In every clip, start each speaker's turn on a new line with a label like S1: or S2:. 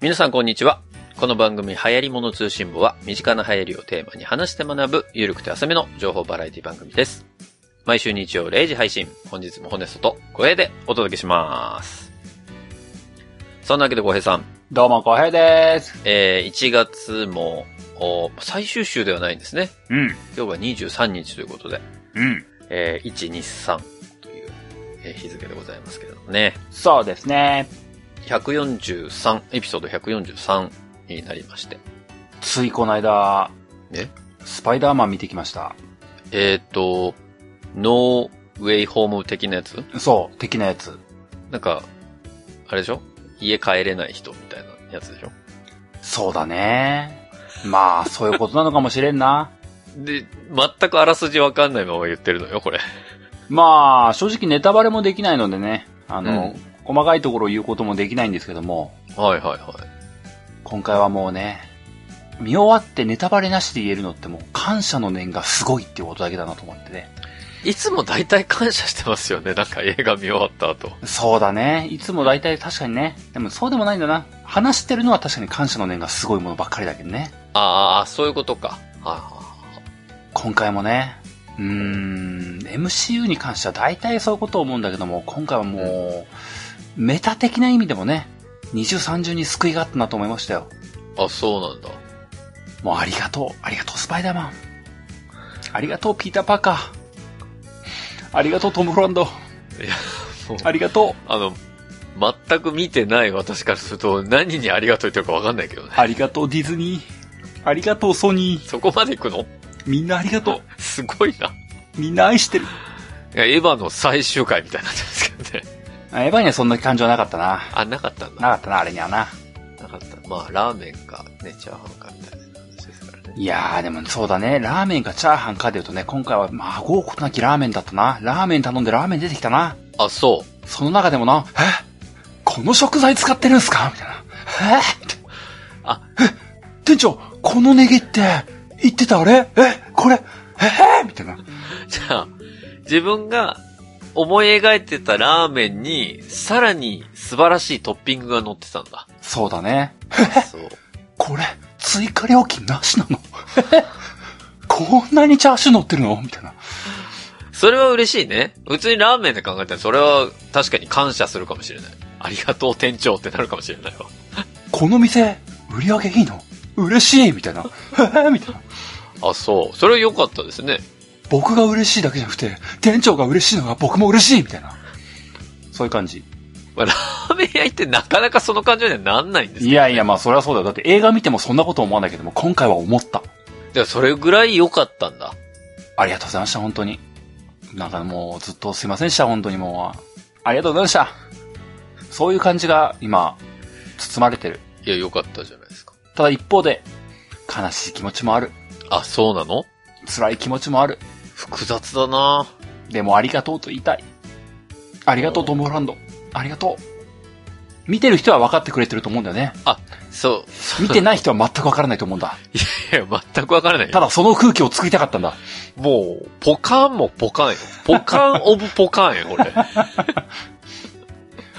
S1: 皆さんこんにちは。この番組、流行り物通信簿は、身近な流行りをテーマに話して学ぶ、ゆるくて浅めの情報バラエティ番組です。毎週日曜0時配信、本日もホネストと小平でお届けします。そんなわけで小平さん、
S2: どうも、こへいです。
S1: えー1月も、お最終週ではないんですね。
S2: うん、
S1: 今日は23日ということで、
S2: うん。
S1: えー123という、えー日付でございますけれどもね。
S2: そうですね。
S1: 143、エピソード143になりまして。
S2: ついこの間、
S1: え
S2: スパイダーマン見てきました。
S1: えっ、と、ノーウェイホーム的なやつ
S2: そう、的なやつ。
S1: なんか、あれでしょ家帰れない人みたいなやつでしょ
S2: そうだね。まあ、そういうことなのかもしれんな。
S1: で、全くあらすじわかんないまま言ってるのよ、これ。
S2: まあ、正直ネタバレもできないのでね、あの、
S1: う
S2: 細かいところを言うこともできないんですけども、
S1: はいはいはい。
S2: 今回はもうね、見終わってネタバレなしで言えるのってもう感謝の念がすごいっていうことだけだなと思ってね。
S1: いつも大体感謝してますよね、なんか映画見終わった後。
S2: そうだね。いつも大体確かにね。でもそうでもないんだな。話してるのは確かに感謝の念がすごいものばっかりだけどね。
S1: あーあー、そういうことか。あ
S2: 今回もね、うーん、MCU に関しては大体そういうことを思うんだけども、今回はもう、メタ的な意味でもね、二重三重に救いがあったなと思いましたよ。
S1: ーあ、そうなんだ。
S2: もうありがとう。ありがとう、スパイダーマン。ありがとう、ピーター・パーカー。ありがとう、トム・フランド。
S1: そう
S2: ありがとう。
S1: あの、全く見てない私からすると何にありがとう言ってるかわかんないけどね。
S2: ありがとう、ディズニー。ありがとう、ソニー。
S1: そこまで行くの
S2: みんなありがと
S1: すごいな。
S2: う。みんな愛してる。
S1: いやエヴァの最終回みたいになってますけどね。
S2: あエヴァにはそんな感情はなかったな。
S1: あ、なかったんだ。
S2: なかったな、あれにはな。
S1: なかった。まあ、ラーメンか、ね、チャーハンかみたいな話ですからね。
S2: いやー、でもそうだね。ラーメンかチャーハンかで言うとね、今回は、まあ、豪華なきラーメンだったな。ラーメン頼んでラーメン出てきたな。
S1: あ、そ
S2: その中でもな、えこの食材使ってるんすかみたいな。えって
S1: あ、
S2: え店長、このネギって、言ってたあれえこれえみたいな。
S1: う。じゃあ、自分が思い描いてたラーメンに、さらに素晴らしいトッピングが乗ってたんだ。
S2: そうだね。
S1: そう。
S2: これ、追加料金なしなの こんなにチャーシュー乗ってるのみたいな。
S1: それは嬉しいね。普通にラーメンで考えたら、それは確かに感謝するかもしれない。ありがとう店長ってなるかもしれないわ。
S2: この店、売り上げいいの嬉しいみたいな。えみたいな。
S1: あ、そう。それは良かったですね。
S2: 僕が嬉しいだけじゃなくて、店長が嬉しいのが僕も嬉しいみたいな。そういう感じ。
S1: まあ、ラーメン屋行ってなかなかその感情にはなんないんですけど
S2: いやいや、まあそれはそうだよ。だって映画見てもそんなこと思わないけども、今回は思った。
S1: じゃあそれぐらい良かったんだ。
S2: ありがとうございました、本当に。なんかもうずっとすいませんでした、本当にもう。ありがとうございました。そういう感じが今、包まれてる。
S1: いや、良かったじゃないですか。
S2: ただ一方で、悲しい気持ちもある。
S1: あ、そうなの
S2: 辛い気持ちもある。
S1: 複雑だな
S2: でもありがとうと言いたい。ありがとう、トム・ホランド。ありがとう。見てる人は分かってくれてると思うんだよね。
S1: そう。
S2: 見てない人は全く分からないと思うんだ。
S1: いや、全くわからないよ。
S2: ただその空気を作りたかったんだ。
S1: もう、ポカーンもポカーンよ。ポカーンオブポカーンよ、これ。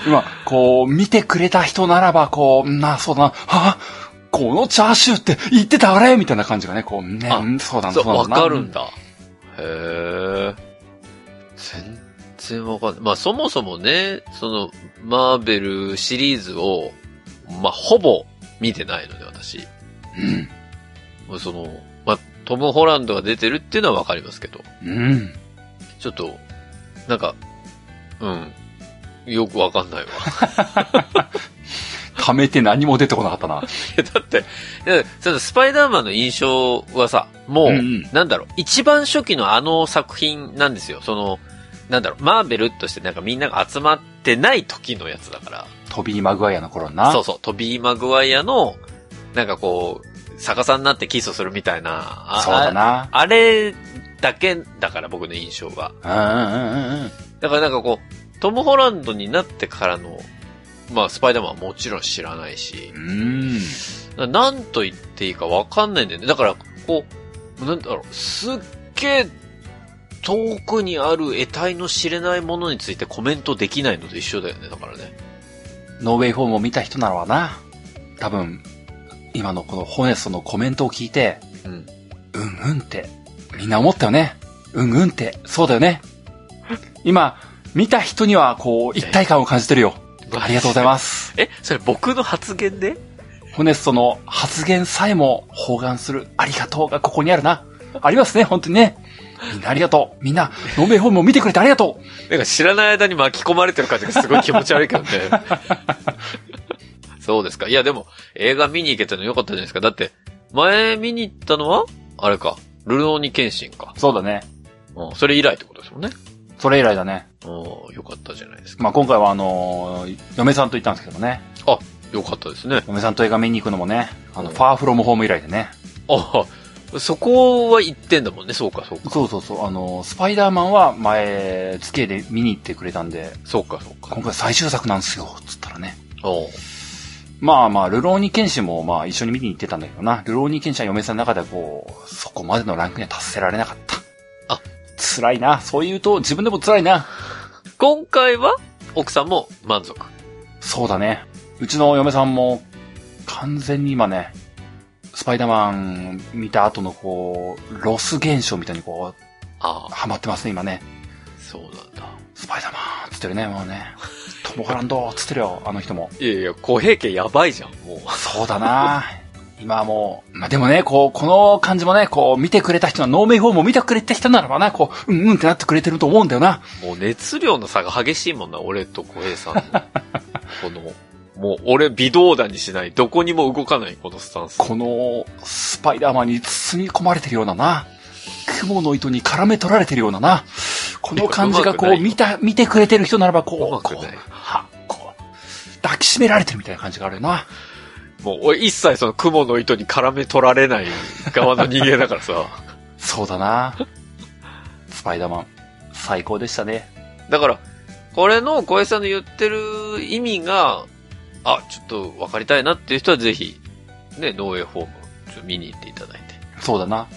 S2: 今、こう、見てくれた人ならば、こう、な、そうだな、はぁこのチャーシューって言ってたあれみたいな感じがね、こう、ね、
S1: あ
S2: うんそうだな、
S1: そう、
S2: な
S1: わ
S2: んだ
S1: かるん。だ。へえ。全然わかんない。まあ、そもそもね、その、マーベルシリーズを、まあ、ほぼ見てないので、私。
S2: うん。
S1: もうその、まあ、トム・ホランドが出てるっていうのはわかりますけど。
S2: うん。
S1: ちょっと、なんか、うん。よくわかんないわ。
S2: 溜めて何も出てこなかったな。
S1: いやだって、いやそのスパイダーマンの印象はさ、もう、
S2: うんうん
S1: なんだろう、一番初期のあの作品なんですよ。その、なんだろう、マーベルとしてなんかみんなが集まってない時のやつだから。
S2: トビー・マグワイアの頃な。
S1: そうそう、トビー・マグワイアの、なんかこう、逆さになってキスをするみたいな。あ
S2: そうだな。
S1: あれだけだから僕の印象は。
S2: うんうんうんうん。
S1: だからなんかこう、トム・ホランドになってからの、まあ、スパイダーマンはもちろん知らないし、
S2: うん。
S1: ななんと言っていいかわかんないんだよね。だから、こう、なんだろう、すっげえ、遠くにある得体の知れないものについてコメントできないのと一緒だよね、だからね。
S2: ノーウェイホームを見た人ならばな。多分、今のこのホネストのコメントを聞いて、
S1: うん。
S2: うんうんって、みんな思ったよね。うんうんって、そうだよね。今、見た人にはこう、一体感を感じてるよ。ありがとうございます。
S1: す。え、それ僕の発言で
S2: ホネストの発言さえも包含するありがとうがここにあるな。ありますね、本当にね。みんなありがとう。みんな、ノンベイホームを見てくれてありがとう。
S1: なんか知らない間に巻き込まれてる感じがすごい気持ち悪いけど ね。そうですか。いやでも、映画見に行けたの良かったじゃないですか。だって、前見に行ったのは、あれか、ルローニケンシンか。
S2: そうだね。
S1: うん、それ以来ってことですもんね。
S2: それ以来だね。
S1: うん、良かったじゃないですか。
S2: まあ、今回はあのー嫁さんと行ったんですけどもね。
S1: 良かったですね。
S2: 嫁さんと映画見に行くのもね、あの、
S1: うん
S2: ファーフロムホーム以来でね。
S1: ああ、そこは行ってんだもんね。そうか、そうか。
S2: そうそうそう、あのースパイダーマンは前、付き合いで見に行ってくれたんで、
S1: そうか、そうか
S2: 今。回最終作なんですよ、つったらね。
S1: おう
S2: まあまあ、ルローニケンシンもまあ一緒に見に行ってたんだけどな。ルローニケンシンは嫁さんの中ではこう、そこまでのランクには達せられなかった。
S1: あ、
S2: 辛いな。そう言うと自分でも辛いな。
S1: 今回は、奥さんも満足。
S2: そうだね。うちの嫁さんも、完全に今ね、スパイダーマン見た後のこう、ロス現象みたいにこう、
S1: ああ、
S2: ハマってますね、今ね。
S1: そうなんだ。
S2: スパイダーマンっつってるね、もうね。トム・ホランドっつってるよ、あの人も。
S1: いやいや、小平家やばいじゃん、もう。
S2: そうだな今はもう、まあ、でもね、こう、この感じもね、こう、見てくれた人は、ノーメイホームを見てくれた人ならばな、こう、うんうんってなってくれてると思うんだよな。
S1: もう熱量の差が激しいもんな、俺と小平さんの。この、もう俺微動だにしない、どこにも動かない、このスタンス。
S2: この、スパイダーマンに包み込まれてるようなな。雲の糸に絡め取られてるようなな。この感じがこ
S1: うま
S2: う、
S1: くない
S2: 見た、見てくれてる人ならば、
S1: う
S2: こ
S1: ま
S2: う、
S1: く
S2: こ、。
S1: ないう
S2: は、こう、抱きしめられてるみたいな感じがあるよな。
S1: もう俺一切その雲の糸に絡め取られない側の人間だからさ。
S2: そう だなスパイダーマン、最高でしたね。
S1: だから、これの小平さんの言ってる意味が、あ、ちょっと分かりたいなっていう人はぜひ、ね、ノーウェイホーム、ちょっと見に行っていただいて。
S2: そうだな。
S1: はい。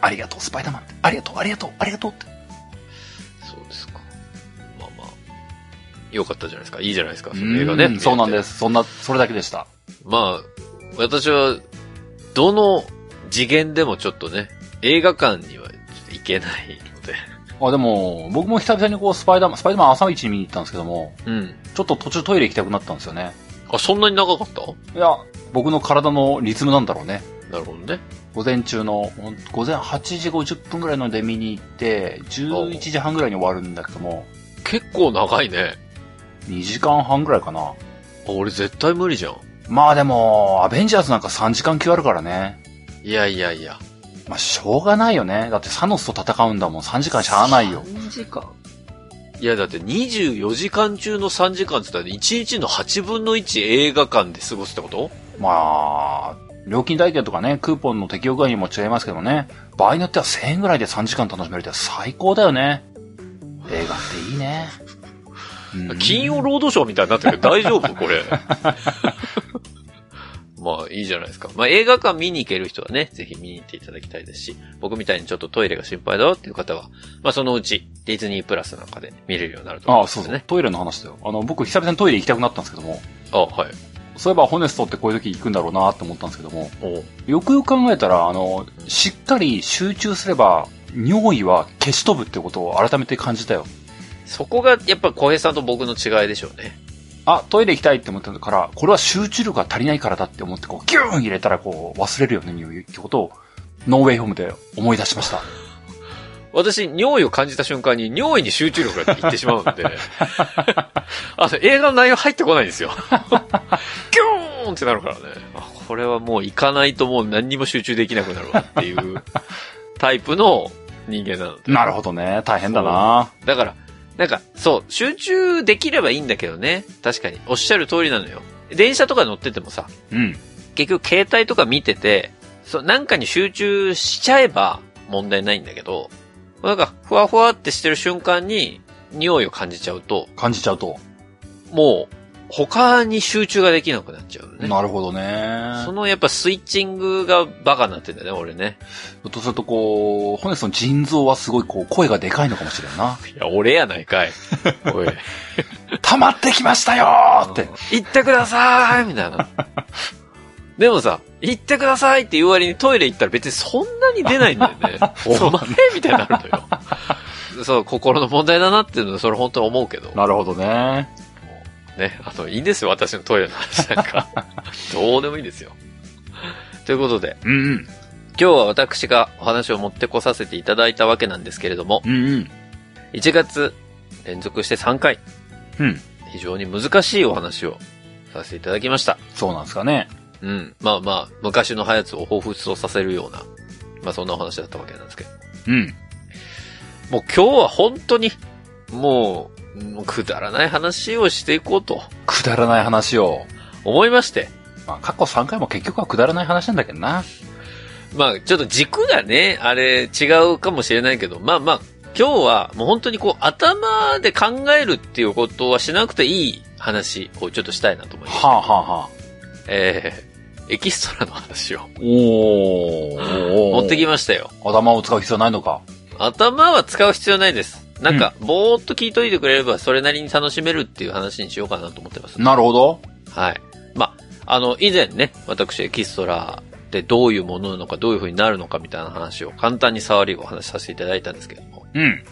S2: ありがとう、スパイダーマンって。ありがとう、ありがとう、ありがとうって。
S1: そうですか。まあまあ。よかったじゃないですか。いいじゃないですか。その
S2: 映
S1: 映
S2: 画
S1: 画ね。。
S2: ね。そうなんですす。そんな、それだけでした。
S1: まあ、私は、どの次元でもちょっとね、映画館には行けないので。
S2: あ、でも、僕も久々にこう、スパイダーマン、スパイダーマン朝一に見に行ったんですけども、
S1: うん。
S2: ちょっと途中トイレ行きたくなったんですよね。
S1: あ、そんなに長かった
S2: いや、僕の体のリズムなんだろうね。
S1: なるほどね。
S2: 午前中の、ほん午前8時50分ぐらいので見に行って、11時半ぐらいに終わるんだけども、
S1: 結構長いね。
S2: 2時間半ぐらいかな。
S1: あ俺絶対無理じゃん。
S2: まあでも、アベンジャーズなんか3時間級あるからね。
S1: いやいやいや。
S2: まあ、しょうがないよね。だってサノスと戦うんだもん。3時間しゃあないよ。
S1: 3時間いや、だって24時間中の3時間って言ったら、1日の8分の1映画館で過ごすってこと
S2: まあ、料金代券とかね、クーポンの適用具合にも違いますけどね。場合によっては1000円ぐらいで3時間楽しめるって最高だよね。映画っていいね。うん
S1: 金曜ロードショーみたいになってるけど大丈夫 これ。まあいいじゃないですか。まあ映画館見に行ける人はね、ぜひ見に行っていただきたいですし、僕みたいにちょっとトイレが心配だよっていう方は、まあそのうちディズニープラスなんかで見れるようになると思
S2: あ
S1: うん
S2: あ、
S1: です
S2: そ
S1: よ
S2: うそう
S1: ね。。
S2: トイレの話だよ。あの、僕久々にトイレ行きたくなったんですけども、
S1: あはい。
S2: そういえばホネストってこういう時行くんだろうなって思ったんですけども、
S1: おう
S2: よくよく考えたら、あの、しっかり集中すれば、尿意は消し飛ぶってことを改めて感じたよ。
S1: そこがやっぱ小平さんと僕の違いでしょうね。
S2: あ、トイレ行きたいって思ったから、これは集中力が足りないからだって思って、こう、ギューン入れたら、こう、忘れるよね、匂いってことを、ノーウェイホームで思い出しました。
S1: 私、尿意を感じた瞬間に尿意に集中力がいってしまうので、あの映画の内容入ってこないんですよ。 ギョーンってなるからね。あこれはもう行かないともう何にも集中できなくなるわっていうタイプの人間なので。
S2: なるほどね。大変だな
S1: だから、なんか、そう、集中できればいいんだけどね。確かに。おっしゃる通りなのよ。電車とか乗っててもさ、
S2: うん。
S1: 結局携帯とか見てて、そう、なんかに集中しちゃえば問題ないんだけど、なんか、ふわふわってしてる瞬間に、匂いを感じちゃうと、
S2: 感じちゃうと。
S1: もう、他に集中ができなくなっちゃうよね。
S2: なるほどね
S1: そ。のやっぱスイッチングがバカになってんだよね、俺ね。
S2: とすると、こう、ホネストの 腎臓はすごい、こう、声がでかいのかもしれんな。
S1: いや、俺やないかい。おい。
S2: 溜まってきましたよーって。
S1: うん行ってくださいみたい な。でもさ、行ってくださいって言う割にトイレ行ったら別にそんなに出ないんだよ ね。
S2: そ
S1: お
S2: うだ
S1: 前みたいになるのよ。そう、心の問題だなっていうのはそれ本当に思うけど。
S2: なるほどね。
S1: ね、あの、いいんですよ、私のトイレの話なん か。どうでもいいですよ。ということで、
S2: うんうん。
S1: 今日は私がお話を持ってこさせていただいたわけなんですけれども、
S2: うんうん。
S1: 1月連続して3回、
S2: うん。
S1: 非常に難しいお話をさせていただきました。
S2: そうなんですかね。
S1: うん。まあまあ、昔のハヤツを彷彿とさせるような、まあそんなお話だったわけなんですけど。
S2: うん。
S1: もう今日は本当に、もう、もうくだらない話をしていこうと
S2: くだらない話を。
S1: 思いまして。
S2: まあ、過去3回も結局はくだらない話なんだけどな。
S1: まあちょっと軸がね、あれ違うかもしれないけど、まあまあ、今日はもう本当にこう頭で考えるっていうことはしなくていい話をちょっとしたいなと思います。
S2: はあ、はあはあ、
S1: えー、エキストラの話を
S2: おー。
S1: 持ってき
S2: ま
S1: ましたよ。
S2: 頭を使う必要ないのか。
S1: 頭は使う必要ないです。なんか、ぼーっと聞いといてくれれば、それなりに楽しめるっていう話にしようかなと思ってます。
S2: なるほど。
S1: はい。まあ、あの、以前ね、私、エキストラってどういうものなのか、どういう風になるのかみたいな話を簡単に触りをお話しさせていただいたんですけども。
S2: うん。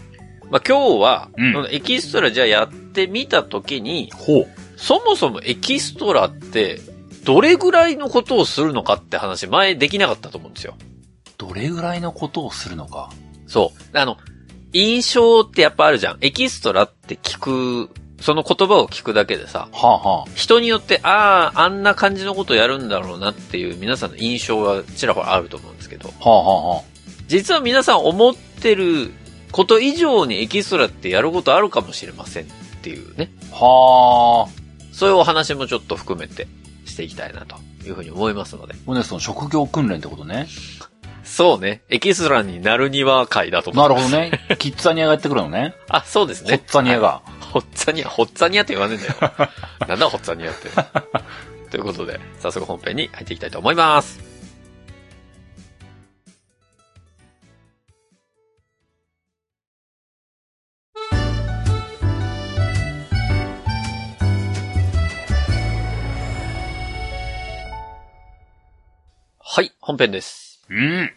S1: まあ、今日は、
S2: うん
S1: そのエキストラじゃあやってみたときに、
S2: ほう。
S1: そもそもエキストラって、どれぐらいのことをするのかって話、前できなかったと思うんですよ。
S2: どれぐらいのことをするのか。
S1: そう。あの、印象ってやっぱあるじゃん。エキストラって聞く、その言葉を聞くだけでさ、
S2: はあ、はあ、
S1: 人によって、ああ、あんな感じのことをやるんだろうなっていう皆さんの印象はちらほらあると思うんですけど、
S2: はあ、はあ、はあ。
S1: 実は皆さん思ってること以上にエキストラってやることあるかもしれませんっていうね、
S2: はあ、
S1: そういうお話もちょっと含めてしていきたいなというふうに思いますので。
S2: オネストの職業訓練ってことね。
S1: そうね、エキストラになるには会だと思
S2: な
S1: う。
S2: るほど ね。キッザニアがやってくるのね。
S1: あ、そうです
S2: ホッ
S1: ね。
S2: ツァニアが。
S1: ホッツァニア、ホッツァニアって言わねえんだよ。なんだホッツァニアって。ということで、早速本編に入っていきたいと思います。はい、本編です。
S2: うん。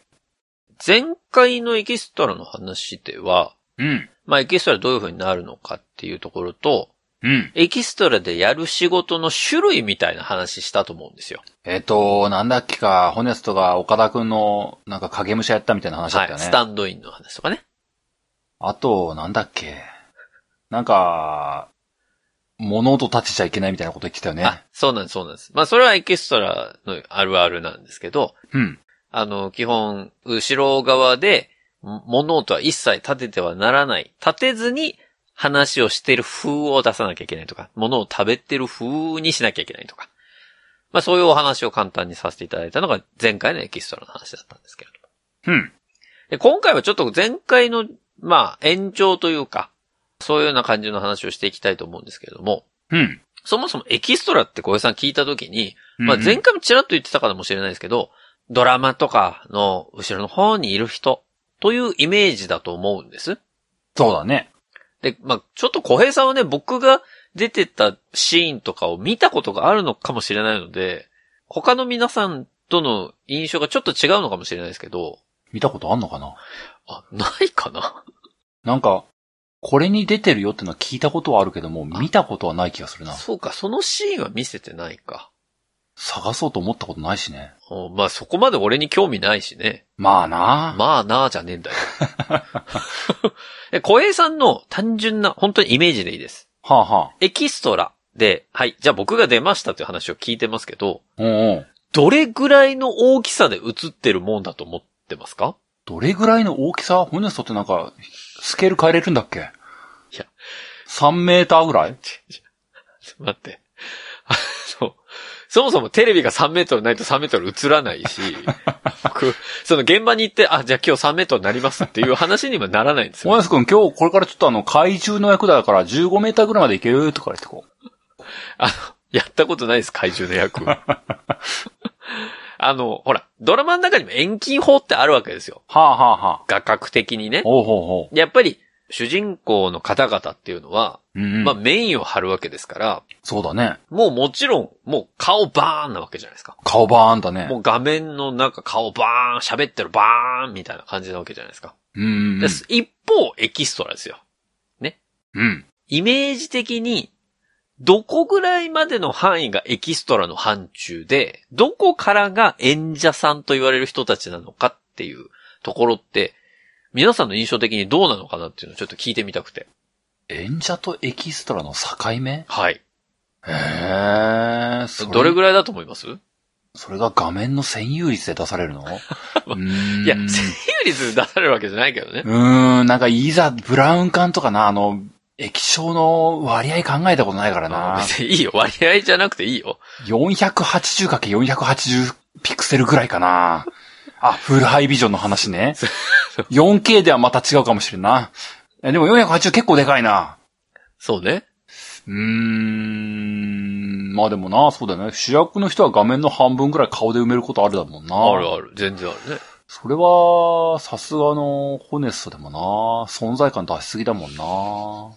S1: 前回のエキストラの話では、
S2: うん。
S1: まあエキストラどういう風になるのかっていうところと、
S2: うん。
S1: エキストラでやる仕事の種類みたいな話したと思うんですよ。
S2: えっ、と、なんだっけか、ホネストが岡田くんの、なんか影武者やったみたいな話だ
S1: は
S2: ったよ
S1: い。
S2: ね。
S1: スタンドインの話とかね。
S2: あと、なんだっけ。なんか、物音立てちゃいけないみたいなこと言ってたよね
S1: あ。、そうなんです、そうなんです。まあ、それはエキストラのあるあるなんですけど、
S2: うん。
S1: あの、基本、後ろ側で、も物音は一切立ててはならない。立てずに、話をしてる風を出さなきゃいけないとか、物を食べてる風にしなきゃいけないとか。まあ、そういうお話を簡単にさせていただいたのが、前回のエキストラの話だったんですけれど。
S2: うん。
S1: で、今回はちょっと前回の、まあ、延長というか、そういうような感じの話をしていきたいと思うんですけれども、
S2: うん。
S1: そもそもエキストラって小江さん聞いたときに、まあ
S2: うん
S1: 前回もちらっと言ってたかもしれないですけど、ドラマとかの後ろの方にいる人というイメージだと思うんです。
S2: そうだね。
S1: で、まあちょっと小平さんはね、僕が出てたシーンとかを見たことがあるのかもしれないので、他の皆さんとの印象がちょっと違うのかもしれないですけど、
S2: 見たことあんのかな
S1: あ、ないかな
S2: なんか、これに出てるよってのは聞いたことはあるけども、見たことはない気がするな。
S1: そうか、そのシーンは見せてないか。
S2: 探そうと思ったことないしね。
S1: おまあそこまで俺に興味ないしね。
S2: まあな
S1: まあなあじゃねえんだよ。え小平さんの単純な、本当にイメージでいいです。
S2: はあはあ。
S1: エキストラで、はい、じゃあ僕が出ましたという話を聞いてますけど、
S2: うんうん。
S1: どれぐらいの大きさで映ってるもんだと思ってますか
S2: どれぐらいの大きさホネストってなんか、スケール変えれるんだっけい
S1: や。
S2: 3メーターぐらい
S1: 待って。 あの、そもそもテレビが3メートルないと3メートル映らないし、僕、その現場に行って、あ、じゃあ今日3メートルになりますっていう話にはならないんです
S2: ホ
S1: よ。
S2: ネス君今日これからちょっとあの、怪獣の役だから15メーターぐらいまでいけるとか言ってこう。
S1: あの、やったことないです、怪獣の役。 あの、ほら、ドラマの中にも遠近法ってあるわけですよ。
S2: はあはあはあ。
S1: 画角的にね。
S2: おうほうほ
S1: やっぱり、主人公の方々っていうのは、
S2: うん
S1: まあメインを張るわけですから、
S2: そうだね。
S1: もうもちろん、もう顔バーンなわけじゃないですか。
S2: 顔バーンだね。
S1: もう画面の中顔バーン、喋ってるバーンみたいな感じなわけじゃないですか。
S2: うんうんうん。
S1: です一方、エキストラですよ。
S2: うん。
S1: イメージ的に、どこぐらいまでの範囲がエキストラの範疇で、どこからが演者さんと言われる人たちなのかっていうところって、皆さんの印象的にどうなのかなっていうのをちょっと聞いてみたくて。
S2: 演者とエキストラの境目
S1: はい。
S2: へえ。そ
S1: どれぐらいだと思います
S2: それが画面の占有率で出されるの
S1: い
S2: い
S1: や、
S2: う
S1: 占
S2: ーん
S1: 有率出されるわけじゃないけどね。
S2: うーん、なんかいざブラウン管とかな、あの、液晶の割合考えたことないから
S1: あ
S2: な。
S1: 別にいいよ。割合じゃなくていいよ。
S2: 480×480 ピクセルぐらいかな。あ、フルハイビジョンの話 ね。4K ではまた違うかもしれんな。えでも480結構でかいな。
S1: そうね。
S2: うーん、まあでもな、そうだよね。主役の人は画面の半分ぐらい顔で埋めることあるだもんな。
S1: あるある。全然あるね。
S2: それは、さすがのホネストでもな、存在感出しすぎだもんな。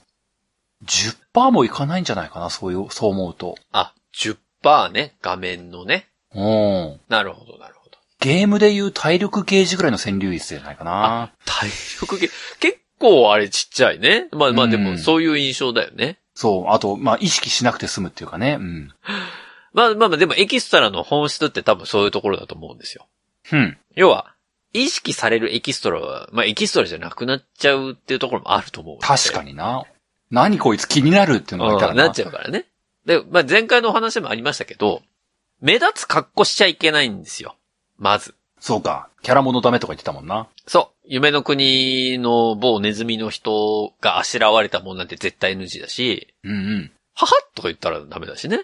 S2: 10%もいかないんじゃないかな、そういう、そう思うと。
S1: あ、10%ね。画面のね。
S2: うん。
S1: なるほど、なるほど。
S2: ゲームでいう体力ゲージぐらいの占流率じゃないかな。
S1: 体力系、結構あれちっちゃいね。まあまあ
S2: うん
S1: でもそういう印象だよね。
S2: そう。あと、まあ、意識しなくて済むっていうかね。うん。
S1: まあまあまあでもエキストラの本質って多分そういうところだと思うんですよ。
S2: うん。
S1: 要は、意識されるエキストラは、まあエキストラじゃなくなっちゃうっていうところもあると思う。
S2: 確か
S1: に。
S2: にな。何こいつ気になるっていうのがいたら
S1: うん、なっちゃうからね。で、まあ前回のお話でもありましたけど、目立つ格好しちゃいけないんですよ。まず。
S2: そうか。キャラものダメとか言ってたもんな。
S1: そう。夢の国の某ネズミの人があしらわれたもんなんて絶対 NG だし、
S2: うん
S1: ははっとか言ったらダメだしね。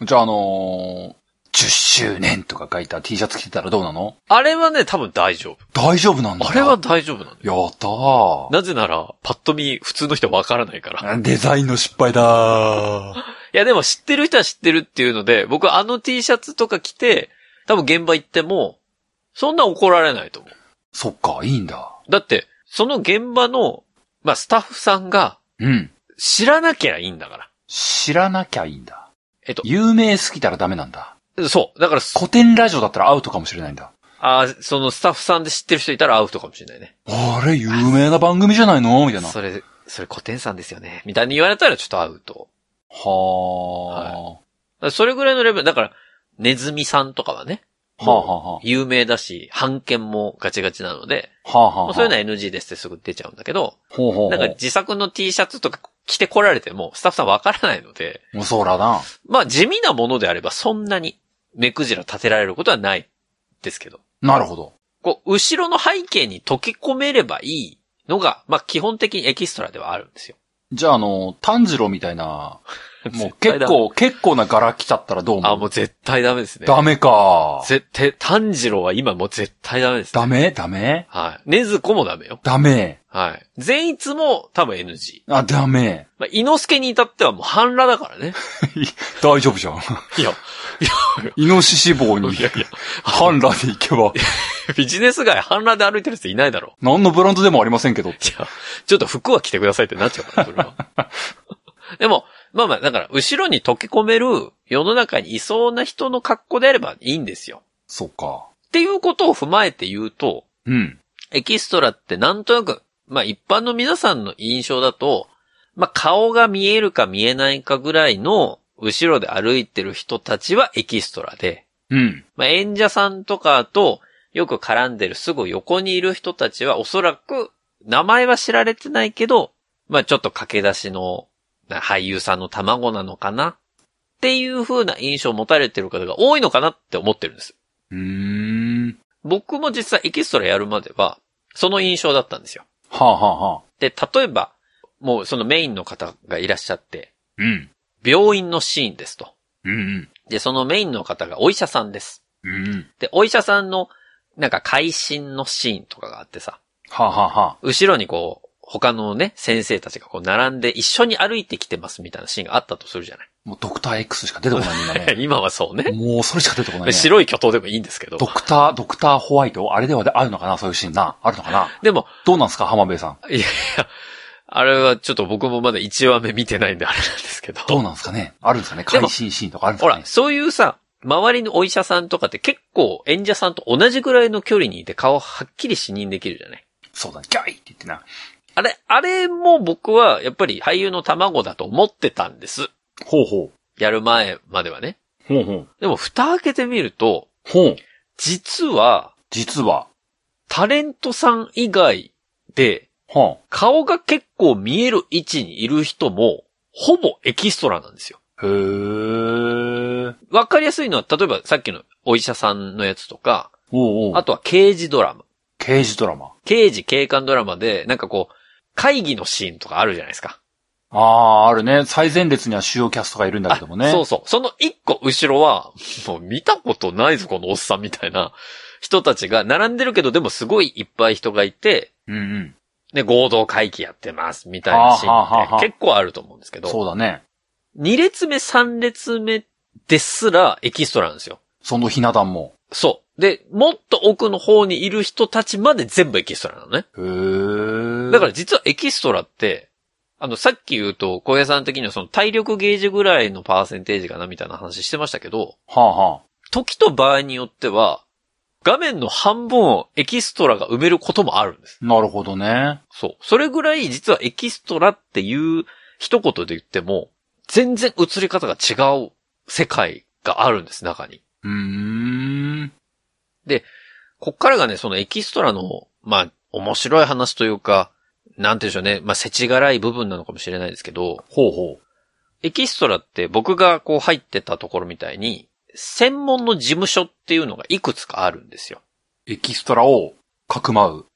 S2: うん。じゃあ、あのー、10周年とか書いた T シャツ着てたらどうなの
S1: あれはね、多分大丈夫。
S2: 大丈夫なんだ。
S1: あれは、大丈夫なんだよ。
S2: やったー。
S1: なぜなら、パッと見、普通の人わからないから。い
S2: デザインの失敗だー。
S1: や、でも知ってる人は知ってるっていうので、僕あの T シャツとか着て、多分現場行っても、そんな怒られないと思
S2: そっか、いいんだ。
S1: う。だって、その現場の、まあ、スタッフさんが、
S2: うん。
S1: 知らなきゃいいんだから。
S2: 知らなきゃいいんだ。
S1: えっと
S2: 有名すぎたらダメなんだ。
S1: そう。だから、そ
S2: 古典ラジオだったらアウトかもしれないんだ。
S1: あーそのスタッフさんで知ってる人いたらアウトかもしれないね。
S2: あれ、有名な番組じゃないのみたいな。は
S1: それ、それ古典さんですよね。みたいに言われたらちょっとアウト。
S2: あ、
S1: はだからそれぐらいのレベル、だから、ネズミさんとかはね。
S2: はあ、はあは
S1: 有名だし、判件もガチガチなので、
S2: あ、はあ、は
S1: も
S2: あ。
S1: うそういうのは NG ですってすぐ出ちゃうんだけど、
S2: ほうほうほう。
S1: なんか自作の T シャツとか着てこられてもスタッフさんわからないので、
S2: もうそうだな。
S1: まあ地味なものであればそんなに目くじら立てられることはないですけど、
S2: なるほど。
S1: こう、後ろの背景に溶け込めればいいのが、まあ基本的にエキストラではあるんですよ。
S2: じゃあ、あの、炭治郎みたいな、もう
S1: 絶対
S2: 結
S1: ダメ。
S2: 構、結構な柄来ちゃったらどう思う
S1: あ、もう絶対ダメですね。
S2: ダメか。
S1: 絶対、炭治郎は今もう絶対ダメです、ね。
S2: ダメダメ
S1: はい。ねずこもダメよ。
S2: ダメ。
S1: はい。善逸も多分 NG。
S2: あ、ダメ。
S1: まあ、伊之助に至ってはもう半裸だからね。
S2: 大丈夫じゃん。
S1: いや、
S2: イノシシ棒に
S1: いやいや、
S2: 半裸で行けば、
S1: ビジネス街半裸で歩いてる人いないだろ
S2: 何のブランドでもありませんけど。
S1: いや、ちょっと服は着てくださいってなっちゃうから、それは。でも、まあまあ、だから、後ろに溶け込める世の中にいそうな人の格好であればいいんですよ。
S2: そうか。
S1: っていうことを踏まえて言うと、
S2: うん。
S1: エキストラってなんとなく、まあ一般の皆さんの印象だと、まあ顔が見えるか見えないかぐらいの後ろで歩いてる人たちはエキストラで、
S2: うん。
S1: まあ演者さんとかとよく絡んでるすぐ横にいる人たちはおそらく名前は知られてないけど、まあちょっと駆け出しのな俳優さんの卵なのかなっていう風な印象を持たれてる方が多いのかなって思ってるんです。
S2: うーん。
S1: 僕も実際エキストラやるまでは、その印象だったんですよ。
S2: はあ、はあはあ、
S1: で、例えば、もうそのメインの方がいらっしゃって、
S2: うん。
S1: 病院のシーンですと。
S2: うん。
S1: で、そのメインの方がお医者さんです。
S2: うん。
S1: で、お医者さんの、なんか会心のシーンとかがあってさ、
S2: はあ、はあはあ、
S1: 後ろにこう、他のね、先生たちがこう並んで一緒に歩いてきてますみたいなシーンがあったとするじゃない。
S2: もうドクター X しか出てこないみんな ね。
S1: 今はそうね。
S2: もうそれしか出てこない、ね。
S1: 白い巨頭でもいいんですけど
S2: ド。クター、ドクターホワイトあれではあるのかなそういうシーンな。あるのかな
S1: でも、
S2: どうなんすか浜辺さん。
S1: いやいや、あれはちょっと僕もまだ1話目見てないんであれなんですけど。
S2: どうなんですかねあるんですかね
S1: でも
S2: 会心シーンとかあるんで
S1: ほ、
S2: すからね
S1: そういうさ、周りのお医者さんとかって結構演者さんと同じぐらいの距離にいて顔はっきり視認できるじゃない
S2: そうだね。ギャイって言ってな。
S1: あれ、あれも僕はやっぱり俳優の卵だと思ってたんです。
S2: ほうほ
S1: やる前まではね。
S2: う。ほうほう。
S1: でも蓋開けてみると、
S2: ほう。
S1: 実は
S2: 実は、
S1: タレントさん以外で
S2: は
S1: 顔が結構見える位置にいる人もほぼエキストラなんですよ。
S2: あ、へー。
S1: わかりやすいのは、例えばさっきのお医者さんのやつとか、
S2: おうおう。
S1: あとは刑事ドラマ。
S2: 刑事ドラマ。
S1: 刑事警官ドラマで、なんかこう、会議のシーンとかあるじゃないですか。
S2: あー、あるね。最前列には主要キャストがいるんだけどもね。
S1: あそうそう。その一個後ろは、もう見たことないぞ、このおっさんみたいな人たちが並んでるけど、でもすごいいっぱい人がいて、
S2: うんうん。
S1: ね、合同会議やってます、みたいなシ
S2: はあは
S1: ーン
S2: あはあは
S1: っ
S2: あ
S1: て結構あると思うんですけど、
S2: そうだね。
S1: 2列目、3列目ですらエキストラなんですよ。
S2: そのひな壇も。
S1: そう。で、もっと奥の方にいる人たちまで全部エキストラなのね。
S2: へー。
S1: だから、実はエキストラって、あの、さっき言うと、小平さん的にはその体力ゲージぐらいのパーセンテージかなみたいな話してましたけど、
S2: はあはあ。
S1: 時と場合によっては、画面の半分をエキストラが埋めることもあるんです。
S2: なるほどね。
S1: そう。それぐらい実はエキストラっていう一言で言っても、全然映り方が違う世界があるんです、中に。
S2: うーん。
S1: こっからがね、そのエキストラの、まあ、面白い話というか、なんて言うんでしょうね。まあ、せちがらい部分なのかもしれないですけど、
S2: ほうほ
S1: エキストラって僕がこう入ってたところみたいに、専門の事務所っていうのがいくつかあるんですよ。
S2: う。エキストラをかくまう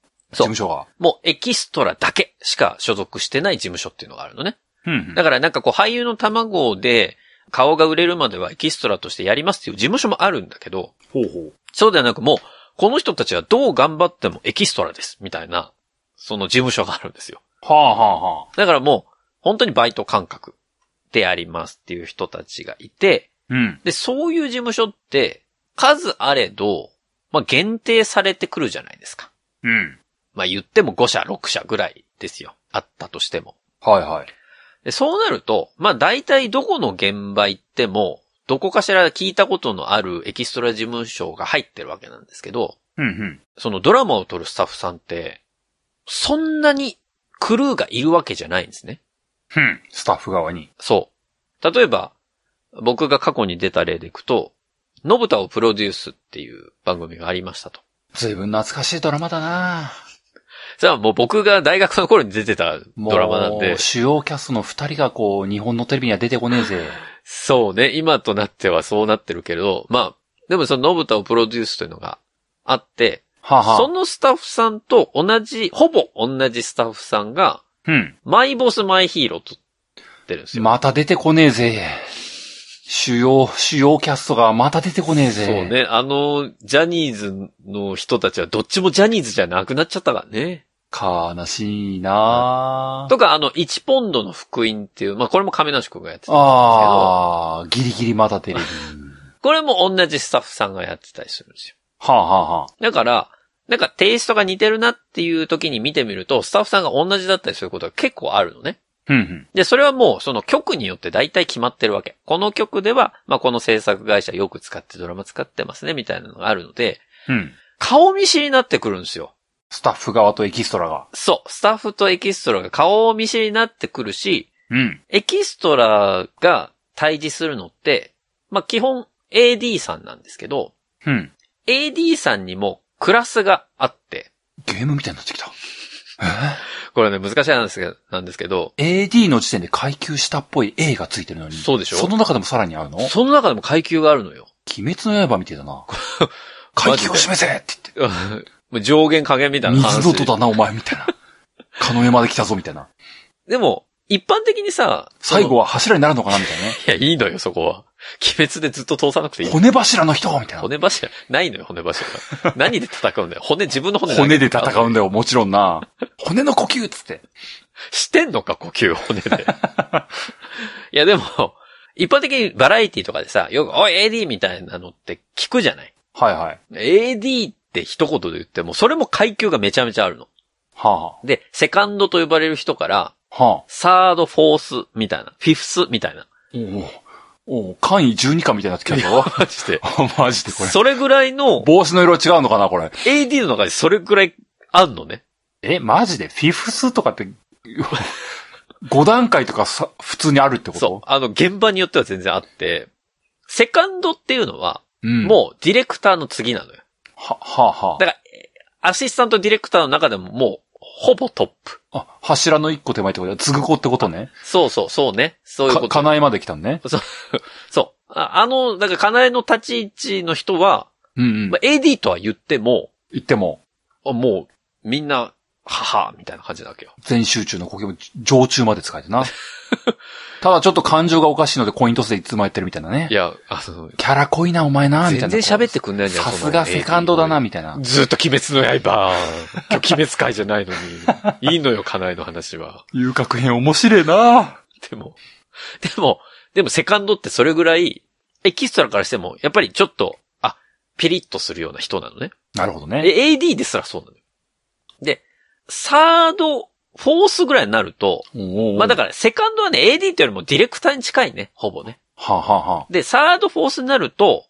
S1: そ
S2: 事
S1: う
S2: 務。所が。
S1: もうエキストラだけしか所属してない事務所っていうのがあるのね。
S2: うんうん
S1: だからなんかこう俳優の卵で顔が売れるまではエキストラとしてやりますっていう事務所もあるんだけど、
S2: ほうほう。
S1: そうではなくもう、この人たちはどう頑張ってもエキストラです、みたいな、その事務所があるんですよ。
S2: はあはあはあ。
S1: だからもう、本当にバイト感覚でありますっていう人たちがいて、
S2: うん。
S1: で、そういう事務所って、数あれど、まあ、限定されてくるじゃないですか。
S2: うん。
S1: まあ、言っても5社、6社ぐらいですよ。あったとしても。
S2: はいはい。
S1: で、そうなると、まあ、大体どこの現場行っても、どこかしら聞いたことのあるエキストラ事務所が入ってるわけなんですけど、
S2: うんうん。
S1: そのドラマを撮るスタッフさんって、そんなにクルーがいるわけじゃないんですね。
S2: うん。スタッフ側に。
S1: そう。例えば、僕が過去に出た例でいくと、のぶたをプロデュースっていう番組がありましたと。
S2: 随分懐かしいドラマだな
S1: それはもう僕が大学の頃に出てたドラマなん
S2: も
S1: で
S2: う、主要キャストの二人がこう、日本のテレビには出てこねえぜ。
S1: そうね、今となってはそうなってるけれど、まあ、でもそののぶたをプロデュースというのがあって、
S2: はあ、はあ。
S1: そのスタッフさんと同じ、ほぼ同じスタッフさんが、
S2: うん。
S1: マイボスマイヒーローと出るんですよ。
S2: また出てこねえぜ。主要、主要キャストがまた出てこねえぜ。
S1: そう。ね、あの、ジャニーズの人たちはどっちもジャニーズじゃなくなっちゃったからね。
S2: 悲しいな
S1: とか、あの、1ポンドの福音っていう、まあ、これも亀梨君がやってた。
S2: ああ、ギリギリまだテレビ。
S1: これも同じスタッフさんがやってたりするんですよ。
S2: はあ、はあはあ、
S1: だから、なんかテイストが似てるなっていう時に見てみると、スタッフさんが同じだったりすることが結構あるのね。
S2: うんうん。
S1: で、それはもうその曲によって大体決まってるわけ。この曲では、まあ、この制作会社よく使ってドラマ使ってますね、みたいなのがあるので、
S2: うん。
S1: 顔見知りになってくるんですよ。
S2: スタッフ側とエキストラが。
S1: そう、スタッフとエキストラが顔を見知りになってくるし、
S2: うん。
S1: エキストラが対峙するのって、まあ、基本 AD さんなんですけど、
S2: うん。
S1: AD さんにもクラスがあって、
S2: ゲームみたいになってきた。
S1: これね、難しいなんですけど、なんですけど、
S2: AD の時点で階級下っぽい A がついてるのに。
S1: そうでしょ
S2: その中でもさらにあるの鬼
S1: その中でも階級があるのよ。
S2: 滅の刃みたいだな。階級を示せって言って。
S1: もう上限下限みたいな話
S2: 水の音だな、お前、みたい な。カノエまで来たぞ、みたいな。
S1: でも、一般的にさ、
S2: 最後
S1: は。
S2: は柱になるのかな、みたいなね。
S1: いや、いいのよ、そこは。鬼滅でずっと通さなくていい。
S2: 骨柱の人みたいな。
S1: 骨柱、ないのよ、骨柱 が。何で戦うんだよ。骨、自分の骨
S2: 骨で戦うん
S1: だ。
S2: だよ、もちろんな。 骨の呼吸っつって。
S1: してんのか、呼吸、骨で。 いや、でも、一般的にバラエティとかでさ、よく、おい、AD みたいなのって聞くじゃない
S2: はいはい。
S1: AD って一言で言っても、それも階級がめちゃめちゃあるの。
S2: はあ、はあ。
S1: で、セカンドと呼ばれる人から、
S2: は
S1: サード、フォースみたいな、フィフスみたいな。
S2: あ。おお。おお、簡易12巻みたいになってきたぞ。
S1: マジで。
S2: マジでこ れ。
S1: それぐらいの、
S2: 帽子の色違うのかな、これ。
S1: AD の中でそれぐらいあんのね。
S2: え、マジでフィフスと かって、5段階とかさ、普通にあるってこと
S1: そう。あの、現場によっては全然あって、セカンドっていうのは、
S2: う。ん。
S1: もうディレクターの次なのよ。
S2: は、はあ、は
S1: だアシスタントディレクターの中でももう、ほぼトップ。
S2: あ、あ、柱の一個手前ってことだ。継ぐ子ってことね。
S1: そうそう、そうね。そういうこ
S2: か、
S1: と。
S2: かなえまで来たんね。
S1: そう。ああの、だから、かなえの立ち位置の人は、
S2: うんうん
S1: ま。あ、AD とは言っても、
S2: 言っても、
S1: あもう、みんな、母みたいな感じなわけよ。
S2: 全集中の呼吸も常駐まで使えてな。 ただちょっと感情がおかしいのでコイントスでいつもやってるみたいなね
S1: い。や、あの、
S2: キャラ濃いな、お前な、みたいな。
S1: 全然喋ってくんないじゃん。
S2: さすがセカンドだな、みたい
S1: た
S2: な。
S1: ずっと鬼滅の刃。今日鬼滅会じゃないの に。いいのよ、かなえの話は。
S2: 遊郭編面白いな。
S1: でも、でも、でもセカンドってそれぐらい、エキストラからしても、やっぱりちょっと、あ、ピリッとするような人なのね。
S2: なるほどね。
S1: え AD ですらそうなのよ。で、サード、フォースぐらいになると、まあだ
S2: か
S1: から、セカンドはね、AD ってよりもディレクターに近いね、ほぼね。
S2: ら。はあ、はあはあ、
S1: で、サード、フォースになると、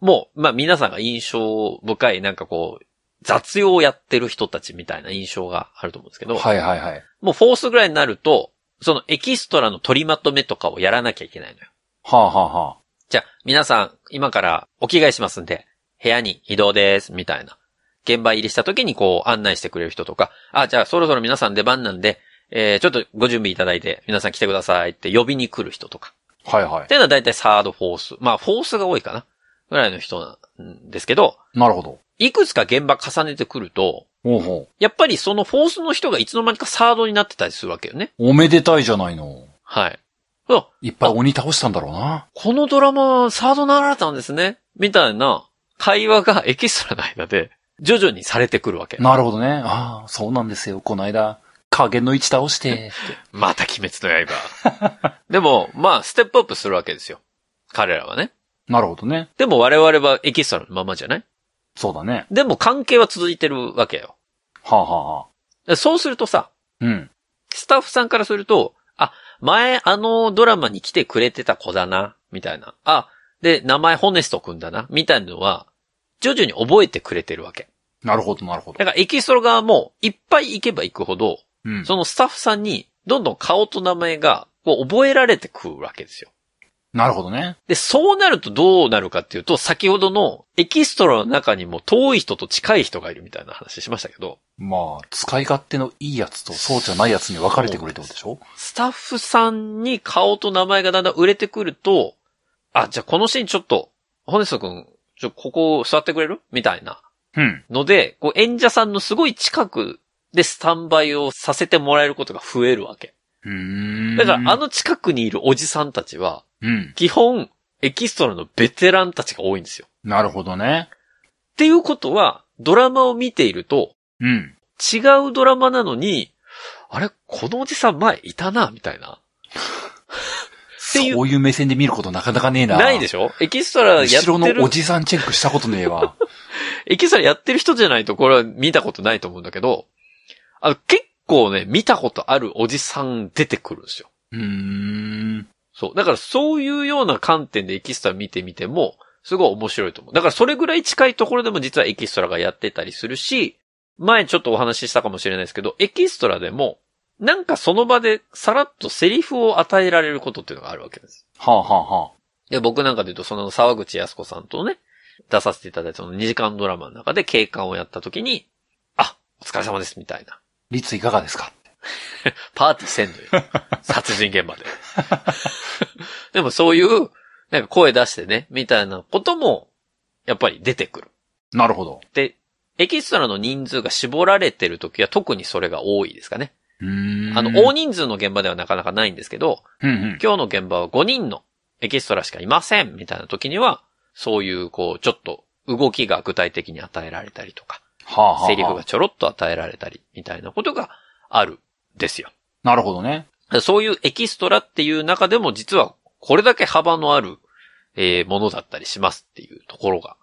S1: もう、まあ皆さんが印象深い、なんかこう、雑用をやってる人たちみたいな印象があると思うんですけど、
S2: はいはいはい。
S1: もうフォースぐらいになると、そのエキストラの取りまとめとかをやらなきゃいけないのよ。
S2: はあ、はあはあ、
S1: じゃあ、皆さん、今からお着替えしますんで、部屋に移動です、みたいな。現場入りした時にこう案内してくれる人とか、あ、じゃあそろそろ皆さん出番なんで、えー、ちょっとご準備いただいて、皆さん来てくださいって呼びに来る人とか。
S2: はいは
S1: っていうのは大体サード、フォース。まあ、フォースが多いかな。ぐらいの人なんですけど、
S2: い。なるほど。
S1: いくつか現場重ねてくると、
S2: おうほ
S1: やっぱりそのフォースの人がいつの間にかサードになってたりするわけよね。
S2: うおめでたいじゃないの。
S1: はい。うわ
S2: いっぱい鬼倒したんだろうな。
S1: このドラマ、サードなられたんですね。みたいな会話がエキストラの間で、徐々にされてくるわけ。
S2: なるほどね。ああ、そうなんですよ。この間、加減の位置 倒して。
S1: また鬼滅の刃。でも、まあ、ステップアップするわけですよ。彼らはね。
S2: なるほどね。
S1: でも我々はエキストラのままじゃない
S2: そうだね。
S1: でも関係は続いてるわけよ。
S2: はあ、はあはあ、
S1: でそうするとさ、
S2: うん。
S1: スタッフさんからすると、あ、前あのドラマに来てくれてた子だな、みたいな。あ、で、名前ホネスト君だな、みたいなのは、徐々に覚えてくれてるわけ。
S2: なるほど、なるほど
S1: だ。からエキストラ側も、いっぱい行けば行くほど、
S2: うん。
S1: そのスタッフさんに、どんどん顔と名前が、こう覚えられてくるわけですよ。
S2: なるほどね。
S1: で、そうなるとどうなるかっていうと、先ほどのエキストラの中にも遠い人と近い人がいるみたいな話しましたけど、
S2: まあ、使い勝手のいいやつとそうじゃないやつに分かれてくれってことでしょ
S1: スタッフさんに顔と名前がだんだん売れてくると、あ、じゃあこのシーンちょっと、ホネスト君、ちょ、ここ座ってくれるみたいな。
S2: うん。
S1: ので、こう演者さんのすごい近くでスタンバイをさせてもらえることが増えるわけ。
S2: うーん。
S1: だからあ、の近くにいるおじさんたちは、
S2: うん。
S1: 基本、エキストラのベテランたちが多いんですよ。
S2: なるほどね。
S1: っていうことは、ドラマを見ていると、
S2: うん。
S1: 違うドラマなのに、あれこのおじさん前いたな、みたい な。
S2: そ
S1: いう
S2: ういう目線で見ることなかなかねえな。
S1: ないでしょエキストラやっ
S2: 後ろ
S1: て
S2: のお
S1: る、
S2: じさんチェックしたことねえわ。
S1: エキストラやってる人じゃないとこれは見たことないと思うんだけど、あの、結構ね、見たことあるおじさん出てくるんですよ。
S2: うーん。
S1: そう。だからそういうような観点でエキストラ見てみても、すごい面白いと思う。だからそれぐらい近いところでも実はエキストラがやってたりするし、前ちょっとお話ししたかもしれないですけど、エキストラでも、なんかその場でさらっとセリフを与えられることっていうのがあるわけです。
S2: はあ、はあはあ、
S1: で、僕なんかで言うと、その沢口靖子さんとね、出させていただいたその2時間ドラマの中で警官をやった時に、あ、お疲れ様です、みたいな。
S2: 率いかがですか
S1: パーティーせんの よ。殺人現場で。 でもそういう、なんか声出してね、みたいなことも、やっぱり出てくる。
S2: なるほど。
S1: で、エキストラの人数が絞られてる時は特にそれが多いですかね。
S2: うーん。
S1: あの、大人数の現場ではなかなかないんですけど、
S2: うんうん。
S1: 今日の現場は5人のエキストラしかいません、みたいな時には、そういう、こう、ちょっと動きが具体的に与えられたりとか、
S2: はあ、はあ。
S1: セリフが。ちょろっと与えられたり、みたいなことがある、ですよ。
S2: なるほどね。
S1: そういうエキストラっていう中でも実はこれだけ幅のある、えーものだったりしますっていうところが、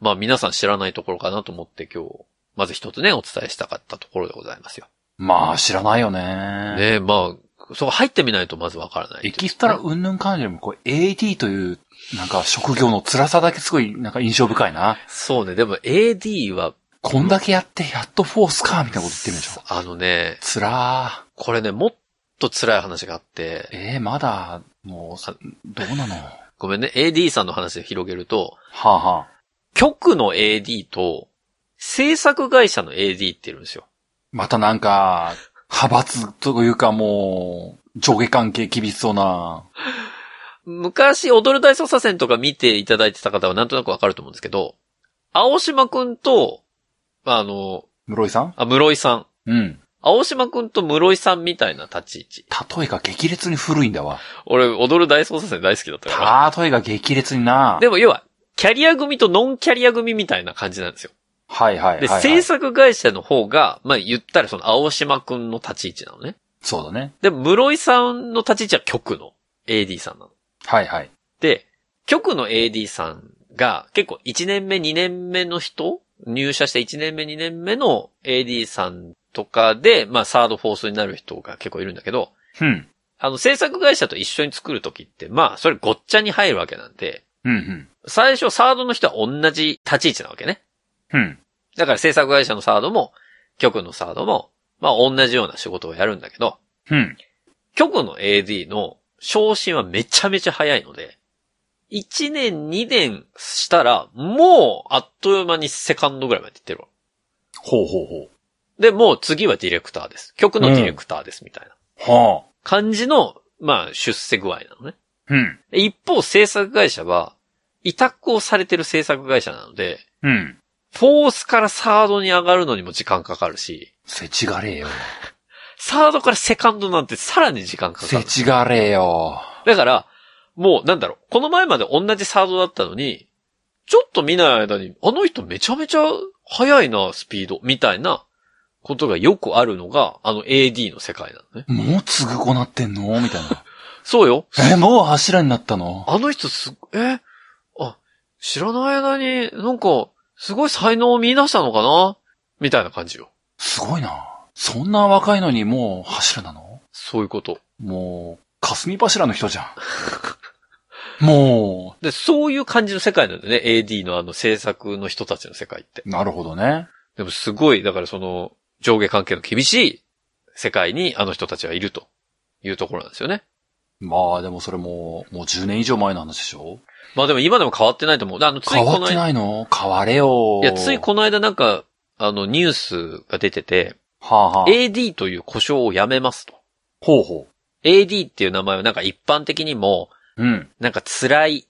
S1: まあ皆さん知らないところかなと思って今日、まず一つね、お伝えしたかったところでございますよ。
S2: まあ、知らないよね。
S1: ねえ、まあ、そこ入ってみないとまずわからない。
S2: エキストラ云々感じよりも、こう、AD という、なんか、職業の辛さだけすごい、なんか印象深いな。
S1: そうね、でも AD は、
S2: こんだけやって、やっとフォースか、みたいなこと言ってるでしょ。
S1: あのね、
S2: つら
S1: これね、もっと辛い話があって
S2: ー。、えー、まだ、もうさ、どうなのは
S1: ごめんね、AD さんの話で広げると、
S2: あ、はあ、
S1: 局の AD と、制作会社の AD っているんですよ。
S2: またなんか、派閥というかもう、上下関係厳しそうな。
S1: 昔、踊る大捜査線とか見ていただいてた方はなんとなくわかると思うんですけど、青島くんと、あの、
S2: 室井さん
S1: あ、室井さん。
S2: うん。
S1: 青島くんと室井さんみたいな立ち位置。
S2: 例えが激烈に古いんだわ。
S1: 俺、踊る大捜査線大好きだったから。
S2: 例えが激烈にな。
S1: でも要は、キャリア組とノンキャリア組みたいな感じなんですよ。
S2: はいはいはい、
S1: で、
S2: はい。
S1: 制作会社の方が、まあ言ったらその青島くんの立ち位置なのね。
S2: そうだね。
S1: で、室井さんの立ち位置は局の AD さんなの。
S2: はいはい。
S1: で、局の AD さんが結構1年目、2年目の人入社して1年目、2年目の AD さんとかで、まあサードフォースになる人が結構いるんだけど、
S2: うん。
S1: あの制作会社と一緒に作るときって、まあそれごっちゃに入るわけなんで、
S2: うんうん。
S1: 最初サードの人は同じ立ち位置なわけね。
S2: うん。
S1: だから制作会社のサードも、局のサードも、まあ同じような仕事をやるんだけど、
S2: うん。
S1: 局の AD の昇進はめちゃめちゃ早いので、1年2年したら、もうあっという間にセカンドぐらいまで行ってるわ。
S2: ほうほうほ
S1: で、もう次はディレクターです。局のディレクターです、みたいな
S2: う。は
S1: 感じの、まあ出世具合なのね。
S2: あ。うん。
S1: で一方、制作会社は、委託をされてる制作会社なので、
S2: うん。
S1: フォースからサードに上がるのにも時間かかるし、
S2: せちがれよ。
S1: サードからセカンドなんてさらに時間かか
S2: せ
S1: る。
S2: ちがれよ。
S1: だから、もうなんだろう、この前まで同じサードだったのに、ちょっと見ない間に、あの人めちゃめちゃ速いな、スピード、みたいなことがよくあるのが、あの AD の世界なのね。
S2: もう継ぐ子なっ てんのみたいな。
S1: そうよ。
S2: え、もう柱になったの
S1: あの人すっ、え、あ、知らない間に、なんか、すごい才能を見出したのかなみたいな感じよ。
S2: すごいな。そんな若いのにもう柱なの
S1: そういうこと。
S2: もう、霞柱の人じゃ ん。も
S1: で、そういう感じの世界なんだよね。AD のあの制作の人たちの世界って。
S2: う、なるほどね。
S1: でもすごい、だからその上下関係の厳しい世界にあの人たちはいるというところなんですよね。
S2: まあでもそれもう、もう10年以上前の話でしょ
S1: まあでも今でも変わってないと思う。あの、つい
S2: 変
S1: こ
S2: わ
S1: の
S2: って
S1: 間、い
S2: ないの変われよ。
S1: や、ついこの間なんか、あの、ニュースが出てて、
S2: はあ、はあ、
S1: AD という故障をやめますと。
S2: ほうほ
S1: AD っていう名前はなんか一般的にも、
S2: う。うん。
S1: なんか辛い、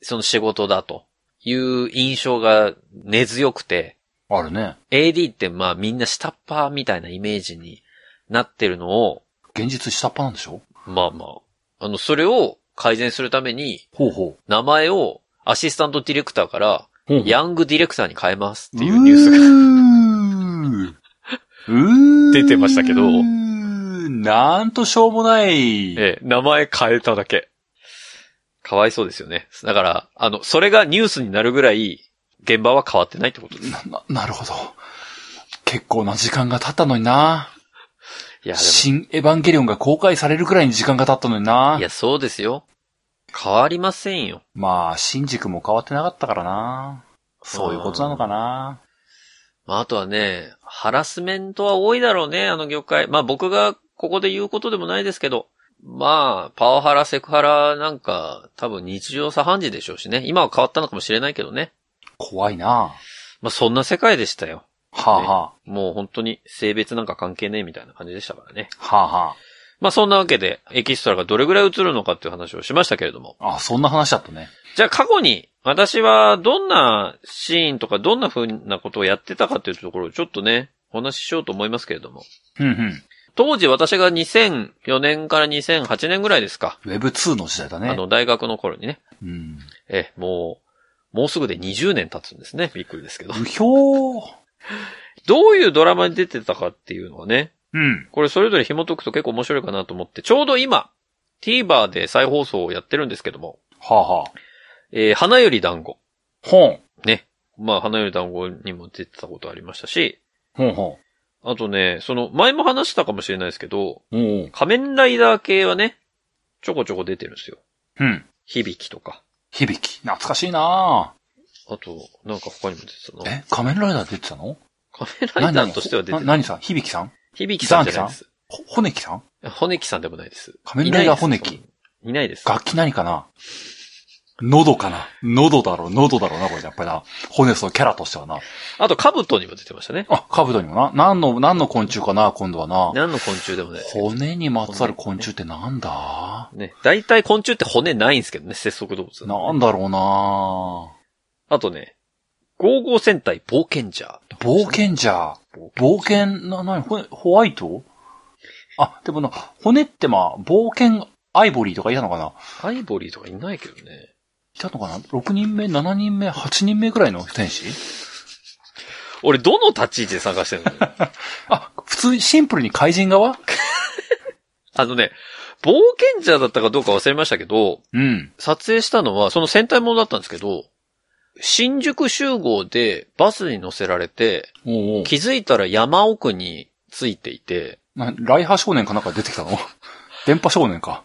S1: その仕事だという印象が根強くて、
S2: あるね。
S1: AD ってまあみんな下っ端みたいなイメージになってるのを、
S2: 現実下っ端なんでしょ
S1: まあまあ、あの、それを改善するために、
S2: ほうほ
S1: 名前をアシスタントディレクターから、
S2: う。ほう
S1: ヤングディレクターに変えますっ
S2: っ
S1: ていうニュース が。
S2: が
S1: 出てましたけど
S2: なんとしょうもない。
S1: ええ、名前変えただけ。かわいそうですよね。だから、あの、それがニュースになるぐらい、現場は変わってないってことです。
S2: な、なるほど。結構な時間が経ったのにな。
S1: いや、で
S2: 新エヴァンゲリオンが公開されるくらいに時間が経ったのに
S1: も、。
S2: ない
S1: や、そうですよ。変わりませんよ。
S2: まあ、新宿も変わってなかったからな。そういうことなのかな。
S1: まあ、あとはね、ハラスメントは多いだろうね、あの業界。まあ僕がここで言うことでもないですけど、まあ、パワハラ、セクハラなんか、多分日常茶飯事でしょうしね。今は変わったのかもしれないけどね。
S2: 怖いな。
S1: まあそんな世界でしたよ。
S2: はあ、は
S1: もう本当に性別なんか関係ねえみたいな感じでしたからね。
S2: あ、はあは
S1: まあそんなわけで、エキストラがどれぐらい映るのかっていう話をしましたけれども。
S2: あ。あ、そんな話だったね。
S1: じゃあ過去に、私はどんなシーンとかどんな風なことをやってたかっていうところをちょっとね、お話ししようと思いますけれども。
S2: うんうん。
S1: 当時私が2004年から2008年ぐらいですか。
S2: Web2 の時代だ
S1: あ
S2: ね。
S1: の、大学の頃にね。
S2: うん。
S1: え、もう、もうすぐで20年経つんですね。びっくりですけど。
S2: うひょー。
S1: どういうドラマに出てたかっていうのはね、
S2: うん。
S1: これそれぞれ紐解くと結構面白いかなと思って、ちょうど今、TVer で再放送をやってるんですけども、
S2: はあ、はあ。
S1: えー花より団子。
S2: ほん。
S1: ね。まあ、花より団子にも出てたことありましたし、
S2: ほんほん。
S1: あとね、その、前も話したかもしれないですけど、
S2: お
S1: 仮面ライダー系はね、ちょこちょこ出てるんですよ。
S2: うん。
S1: 響きとか。
S2: 響き。懐かしいな
S1: あと、なんか他にも出てた
S2: ぁ
S1: な。
S2: え、仮面ライダー出てたの
S1: 仮面ライダーとしては出て
S2: な
S1: ない。
S2: 何さん響きさん
S1: 響きさんじゃないです。
S2: ほ、骨木さん
S1: 骨木さんでもないです。
S2: 仮面ライダー骨
S1: いない
S2: 木。
S1: です。いないです。
S2: 楽器何かな喉かな喉だろう、喉だろうな、これやっぱりな。骨そうキャラとしてはな。
S1: あと、カブトにも出てましたね。
S2: あ、カブトにもな。何の、何の昆虫かな、今度はな。
S1: 何の昆虫でもないですけど。
S2: 骨にまつわる昆虫ってなんだ
S1: ね。大体昆虫って骨ないんですけどね、節足動物は。
S2: なんだろうな
S1: あとね、55戦隊冒険者とか、
S2: 冒険者。冒険、な、なに、ほホワイトあ、でもな、骨ってまあ、冒険アイボリーとかいたのかな
S1: アイボリーとかいないけどね。
S2: いたのかな ?6 人目、7人目、8人目ぐらいの天使
S1: 俺、どの立ち位置で探してる の
S2: あ、普通にシンプルに怪人側
S1: あのね、冒険者だったかどうか忘れましたけど、
S2: うん。
S1: 撮影したのは、その戦隊ものだったんですけど、新宿集合でバスに乗せられて、
S2: おうおう
S1: 気づいたら山奥についていて、
S2: な、ライハ少年かなんか出てきたの 電波少年か。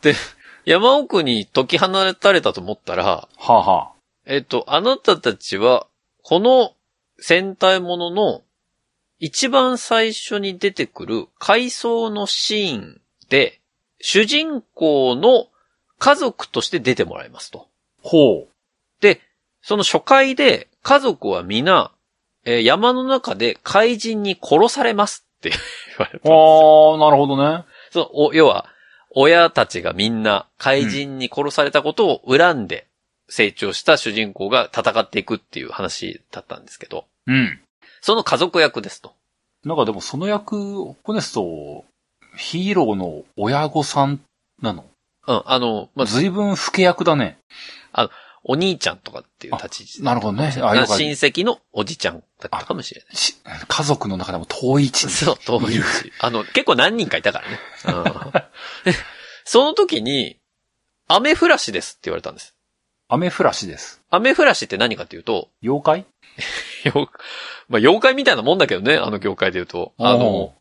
S1: 山奥に解き放たれたと思ったら、
S2: はあ、は
S1: えっと、あなたたちは、この戦隊ものの一番最初に出てくる回想のシーンで、主人公の家族として出てもらいますと。
S2: あ、ほう。
S1: で、その初回で家族は皆、えー山の中で怪人に殺されますって 言われたんですよ。
S2: ああ、なるほどね。
S1: そのお要は、親たちがみんな怪人に殺されたことを恨んで成長した主人公が戦っていくっていう話だったんですけど、
S2: うん。
S1: その家族役ですと。
S2: なんかでもその役、ホネスト、ヒーローの親御さんなの
S1: うん、あの、まあ、
S2: ずいぶん老け役だね。
S1: お兄ちゃんとかっていう立ち位置。
S2: なるほどね。あ、
S1: な
S2: よかっ
S1: 親戚のおじちゃんだったかもしれない。
S2: たし家族の中でも遠い位置に。
S1: そう、当時。あの、結構何人かいたからね。うん、でその時に、雨降らしですって言われたんです。
S2: アメフラシです。
S1: 雨降らしって何かっていうと、
S2: 妖怪
S1: 妖まあ、妖怪みたいなもんだけどね、あの業界で言うと。あの、、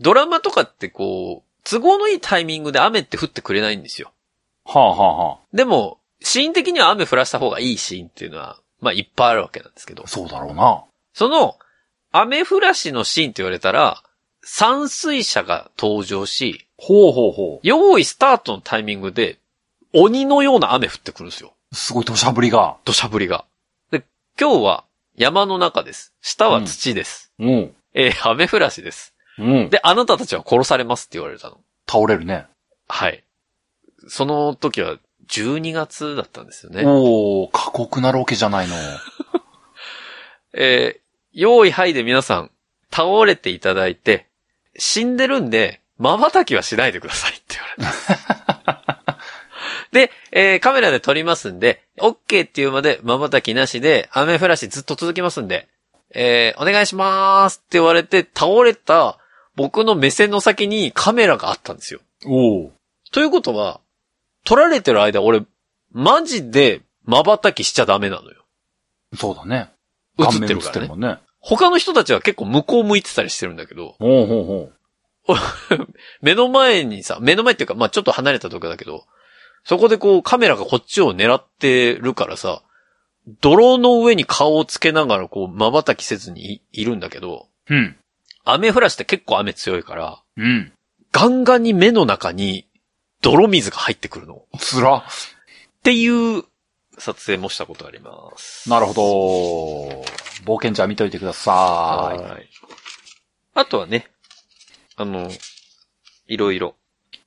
S1: ドラマとかってこう、都合のいいタイミングで雨って降ってくれないんですよ。
S2: はあはあは
S1: でも、シーン的には雨降らした方がいいシーンっていうのは、まあいっぱいあるわけなんですけど
S2: あ。。そうだろうな。
S1: その、雨降らしのシーンって言われたら、散水車が登場し、
S2: ほうほうほ
S1: 用意スタートのタイミングで、鬼のような雨降ってくるんですよ。
S2: う。すごい土砂降りが。
S1: 土砂降りが。で、今日は山の中です。下は土です。
S2: うん。
S1: えー雨降らしです。
S2: うん。
S1: で、あなたたちは殺されますって言われたの。
S2: 倒れるね。
S1: はい。その時は12月だったんですよね。
S2: おお過酷なロケじゃないの。
S1: えー、用意はいで皆さん、倒れていただいて、死んでるんで、瞬きはしないでくださいって言われた。で、えーカメラで撮りますんで、OK っていうまで瞬きなしで、雨降らしずっと続きますんで、えーお願いしますって言われて、倒れた僕の目線の先にカメラがあったんですよ。
S2: おお
S1: ということは、撮られてる間、俺、マジで瞬きしちゃダメなのよ。
S2: そうだね。
S1: 映ってるからね。
S2: もんね。
S1: 他の人たちは結構向こう向いてたりしてるんだけど、
S2: ほうほうほ
S1: 目の前にさ、目の前っていうか、まあちょっと離れたとこだけど、そこでこうカメラがこっちを狙ってるからさ、泥の上に顔をつけながらこう瞬きせずにいいるんだけど、
S2: う。うん。
S1: 雨降らして結構雨強いから、
S2: うん。
S1: ガンガンに目の中に泥水が入ってくるの。
S2: つら。
S1: っていう撮影もしたことあります。
S2: なるほど。冒険者見といてください。
S1: はい。あとはね、あの、いろいろ、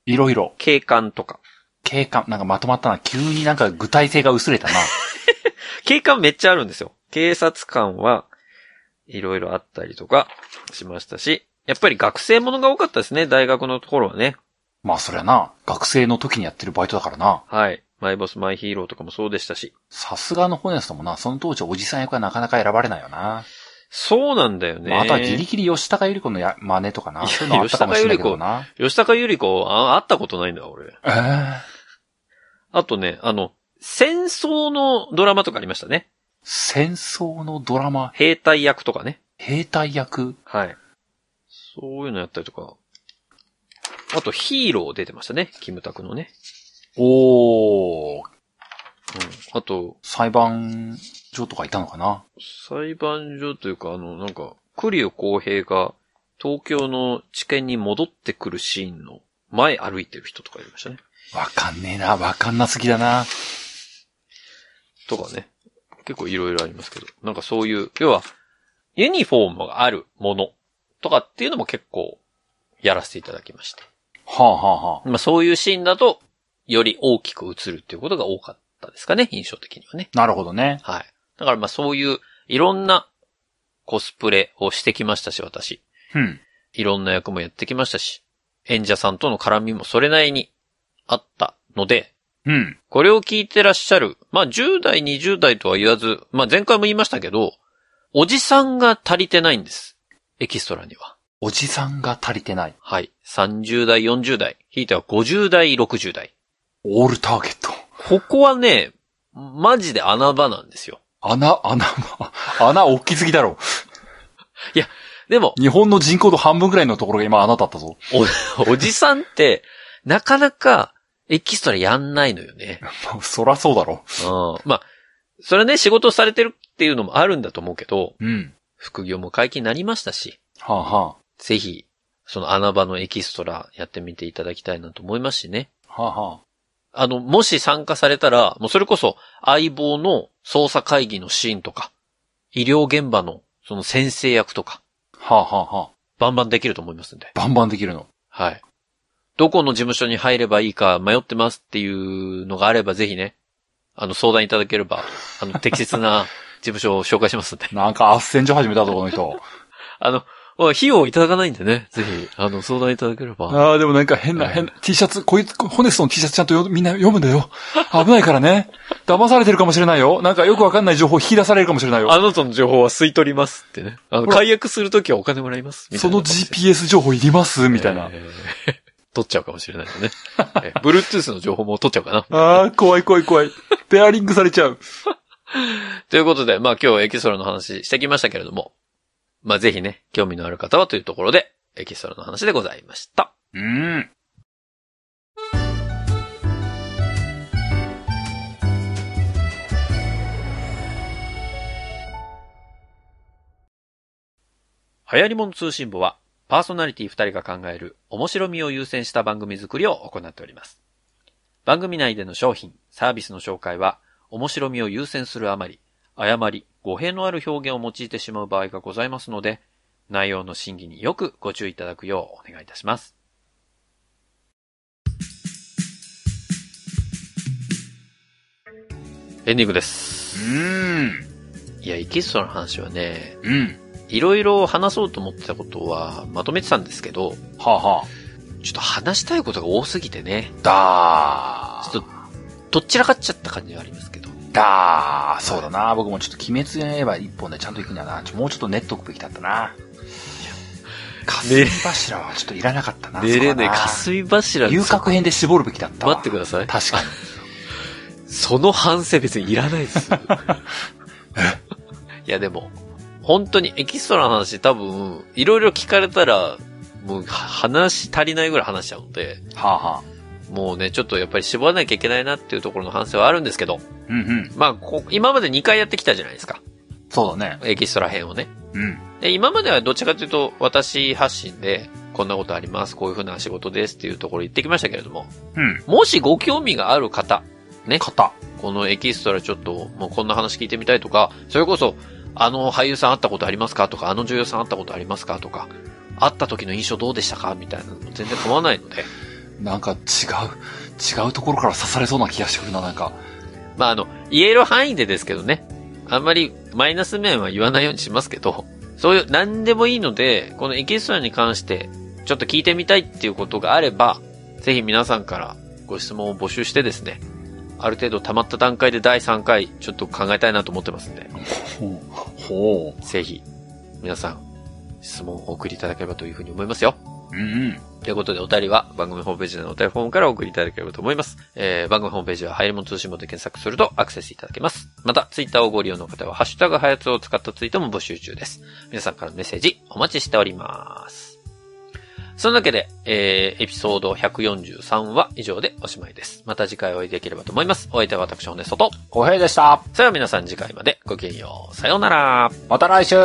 S2: いろいろ。
S1: 景観とか。
S2: 景観、なんかまとまったな。急になんか具体性が薄れたな。
S1: 景観めっちゃあるんですよ。警察官はいろいろあったりとかしましたし、やっぱり学生ものが多かったですね、大学のところはね。
S2: まあそりゃな、学生の時にやってるバイトだからな。
S1: はい。マイボスマイヒーローとかもそうでしたし。
S2: さすがのホネストもな、その当時おじさん役はなかなか選ばれないよな。
S1: そうなんだよね。
S2: まあ、あとはギリギリ吉高由里子のや真似とか
S1: い
S2: な。
S1: や
S2: そういうのあったかもしれないけどな。
S1: 吉高由里子、あ会ったことないんだ、俺。
S2: ええ
S1: あとね、あの、戦争のドラマとかありましたね。
S2: 戦争のドラマ、
S1: 兵隊役とかね。
S2: 兵隊役、
S1: はい。そういうのやったりとか。あと、ヒーロー出てましたね。キムタクのね。
S2: お
S1: う
S2: ー、
S1: ん。あと、
S2: 裁判所とかいたのかな
S1: 裁判所というか、あの、なんか、栗生公平が東京の地検に戻ってくるシーンの前歩いてる人とかいましたね。
S2: わかんねえな、わかんなすぎだな。
S1: とかね。結構いろいろありますけど。なんかそういう、要は、ユニフォームがあるものとかっていうのも結構やらせていただきました。
S2: はあ、はあはあ、
S1: まあそういうシーンだと、より大きく映るっていうことが多かったですかね、印象的にはね。
S2: なるほどね。
S1: はい。だからまあそういう、いろんなコスプレをしてきましたし、私。
S2: うん。
S1: いろんな役もやってきましたし、演者さんとの絡みもそれなりにあったので、
S2: うん。
S1: これを聞いてらっしゃる、まあ10代、20代とは言わず、まあ前回も言いましたけど、おじさんが足りてないんです。エキストラには。
S2: おじさんが足りてない。
S1: はい。30代、40代、ひいては50代、60代。
S2: オールターゲット。
S1: ここはね、マジで穴場なんですよ。
S2: 穴、穴、穴大きすぎだろ。
S1: でも、
S2: 日本の人口の半分ぐらいのところが今穴だったぞ。
S1: お、お じさんって、なかなかエキストラやんないのよね。
S2: まあそらそうだろ。
S1: うん。まあ、それはね、仕事されてるっていうのもあるんだと思うけど、
S2: うん。
S1: 副業も解禁になりましたし、
S2: はあ、は
S1: ぜひ、その穴場のエキストラやってみていただきたいなと思いますしね。
S2: あ、はあ、はあ。
S1: あの、もし参加されたら、もうそれこそ相棒の捜査会議のシーンとか、医療現場のその先生役とか、
S2: はあ、はあ、はあ。
S1: バンバンできると思いますんで。
S2: バンバンできるの。
S1: はい。どこの事務所に入ればいいか迷ってますっていうのがあれば、ぜひね、あの、相談いただければ、あの、適切な事務所を紹介しますんで。
S2: なんか斡旋所始めたぞ、この人。
S1: あの、まあ費用をいただかないんでね、ぜひ、あの、相談いただければ。
S2: ああ、でもなんか変
S1: う
S2: な、
S1: ん
S2: 変な、T シャツ、こいつ、ホネストの T シャツちゃんとよみんな読むんだよ。危ないからね。騙されてるかもしれないよ。なんかよくわかんない情報引き出されるかもしれないよ。
S1: あなたの情報は吸い取りますってね。あの、
S2: ほら
S1: 解約するときはお金もらいます。みた
S2: そ
S1: いな
S2: の GPS 情報いりますみたいな。
S1: えー取っちゃうかもしれないのね。えー Bluetooth の情報も取っちゃうかな。
S2: ああ、怖い怖い怖い。ペアリングされちゃう。
S1: ということで、まあ今日エキストラの話してきましたけれども、まあぜひね、興味のある方はというところで、エキストラの話でございました。
S2: うん。
S1: 流行り物通信簿は、パーソナリティ2人が考える面白みを優先した番組作りを行っております。番組内での商品、サービスの紹介は、面白みを優先するあまり、誤り、語弊のある表現を用いてしまう場合がございますので、内容の審議によくご注意いただくようお願いいたします。エンディングです。
S2: うん。
S1: いや、エキストラの話はね、
S2: うん。
S1: いろいろ話そうと思ってたことはまとめてたんですけど、
S2: はあ、は
S1: ちょっと話したいことが多すぎてね、
S2: あ。だ
S1: ちょっと、どっちらかっちゃった感じがありますけど。
S2: ー。だー。そうだな。僕もちょっと鬼滅やれば一本でちゃんと行くんだな。ちょもうちょっと練っとくべきだったな。霞柱はちょっといらなかったな。
S1: 寝れねえ、
S2: そうだな
S1: 霞柱
S2: 遊郭編で絞るべきだったわ
S1: 待ってください。
S2: 確かに。
S1: その反省別にいらない です。いやでも、本当にエキストラの話多分、いろいろ聞かれたら、もう話足りないぐらい話しちゃうので、
S2: はあはあ。
S1: もうね、ちょっとやっぱり絞らなきゃいけないなっていうところの反省はあるんですけど、
S2: うんうん。
S1: まあこ、今まで2回やってきたじゃないですか。
S2: そうだね。
S1: エキストラ編をね。
S2: うん。
S1: で、今まではどっちかというと、私発信で、こんなことあります、こういう風な仕事ですっていうところ言ってきましたけれども、
S2: うん。
S1: もしご興味がある方、ね、
S2: 型。
S1: このエキストラちょっと、もうこんな話聞いてみたいとか、それこそ、あの俳優さん会ったことありますかとか、あの女優さん会ったことありますかとか、会った時の印象どうでしたかみたいなのも全然構わないので、
S2: なんか違う、違うところから刺されそうな気がしてくるな、なんか。
S1: まああの、言える範囲でですけどね、あんまりマイナス面は言わないようにしますけど、そういう何でもいいので、このエキストラに関して、ちょっと聞いてみたいっていうことがあれば、ぜひ皆さんからご質問を募集してですね、ある程度溜まった段階で第3回、ちょっと考えたいなと思ってますんで、
S2: ほう。ほ
S1: ぜひ、皆さん、質問をお送りいただければというふうに思いますよ。
S2: う。うん
S1: ということで、お便りは番組ホームページのお便りフォームからお送りいただければと思います。えー、番組ホームページは、はやりもん通信簿で検索するとアクセスいただけます。また、ツイッターをご利用の方は、ハッシュタグはやつを使ったツイートも募集中です。皆さんからのメッセージ、お待ちしております。そんなわけで、えー、エピソード143は以上でおしまいです。また次回お会いできればと思います。お相手は私、骨外。
S2: 小平でした。
S1: それでは皆さん次回までごきげんよう。さようなら。
S2: また来週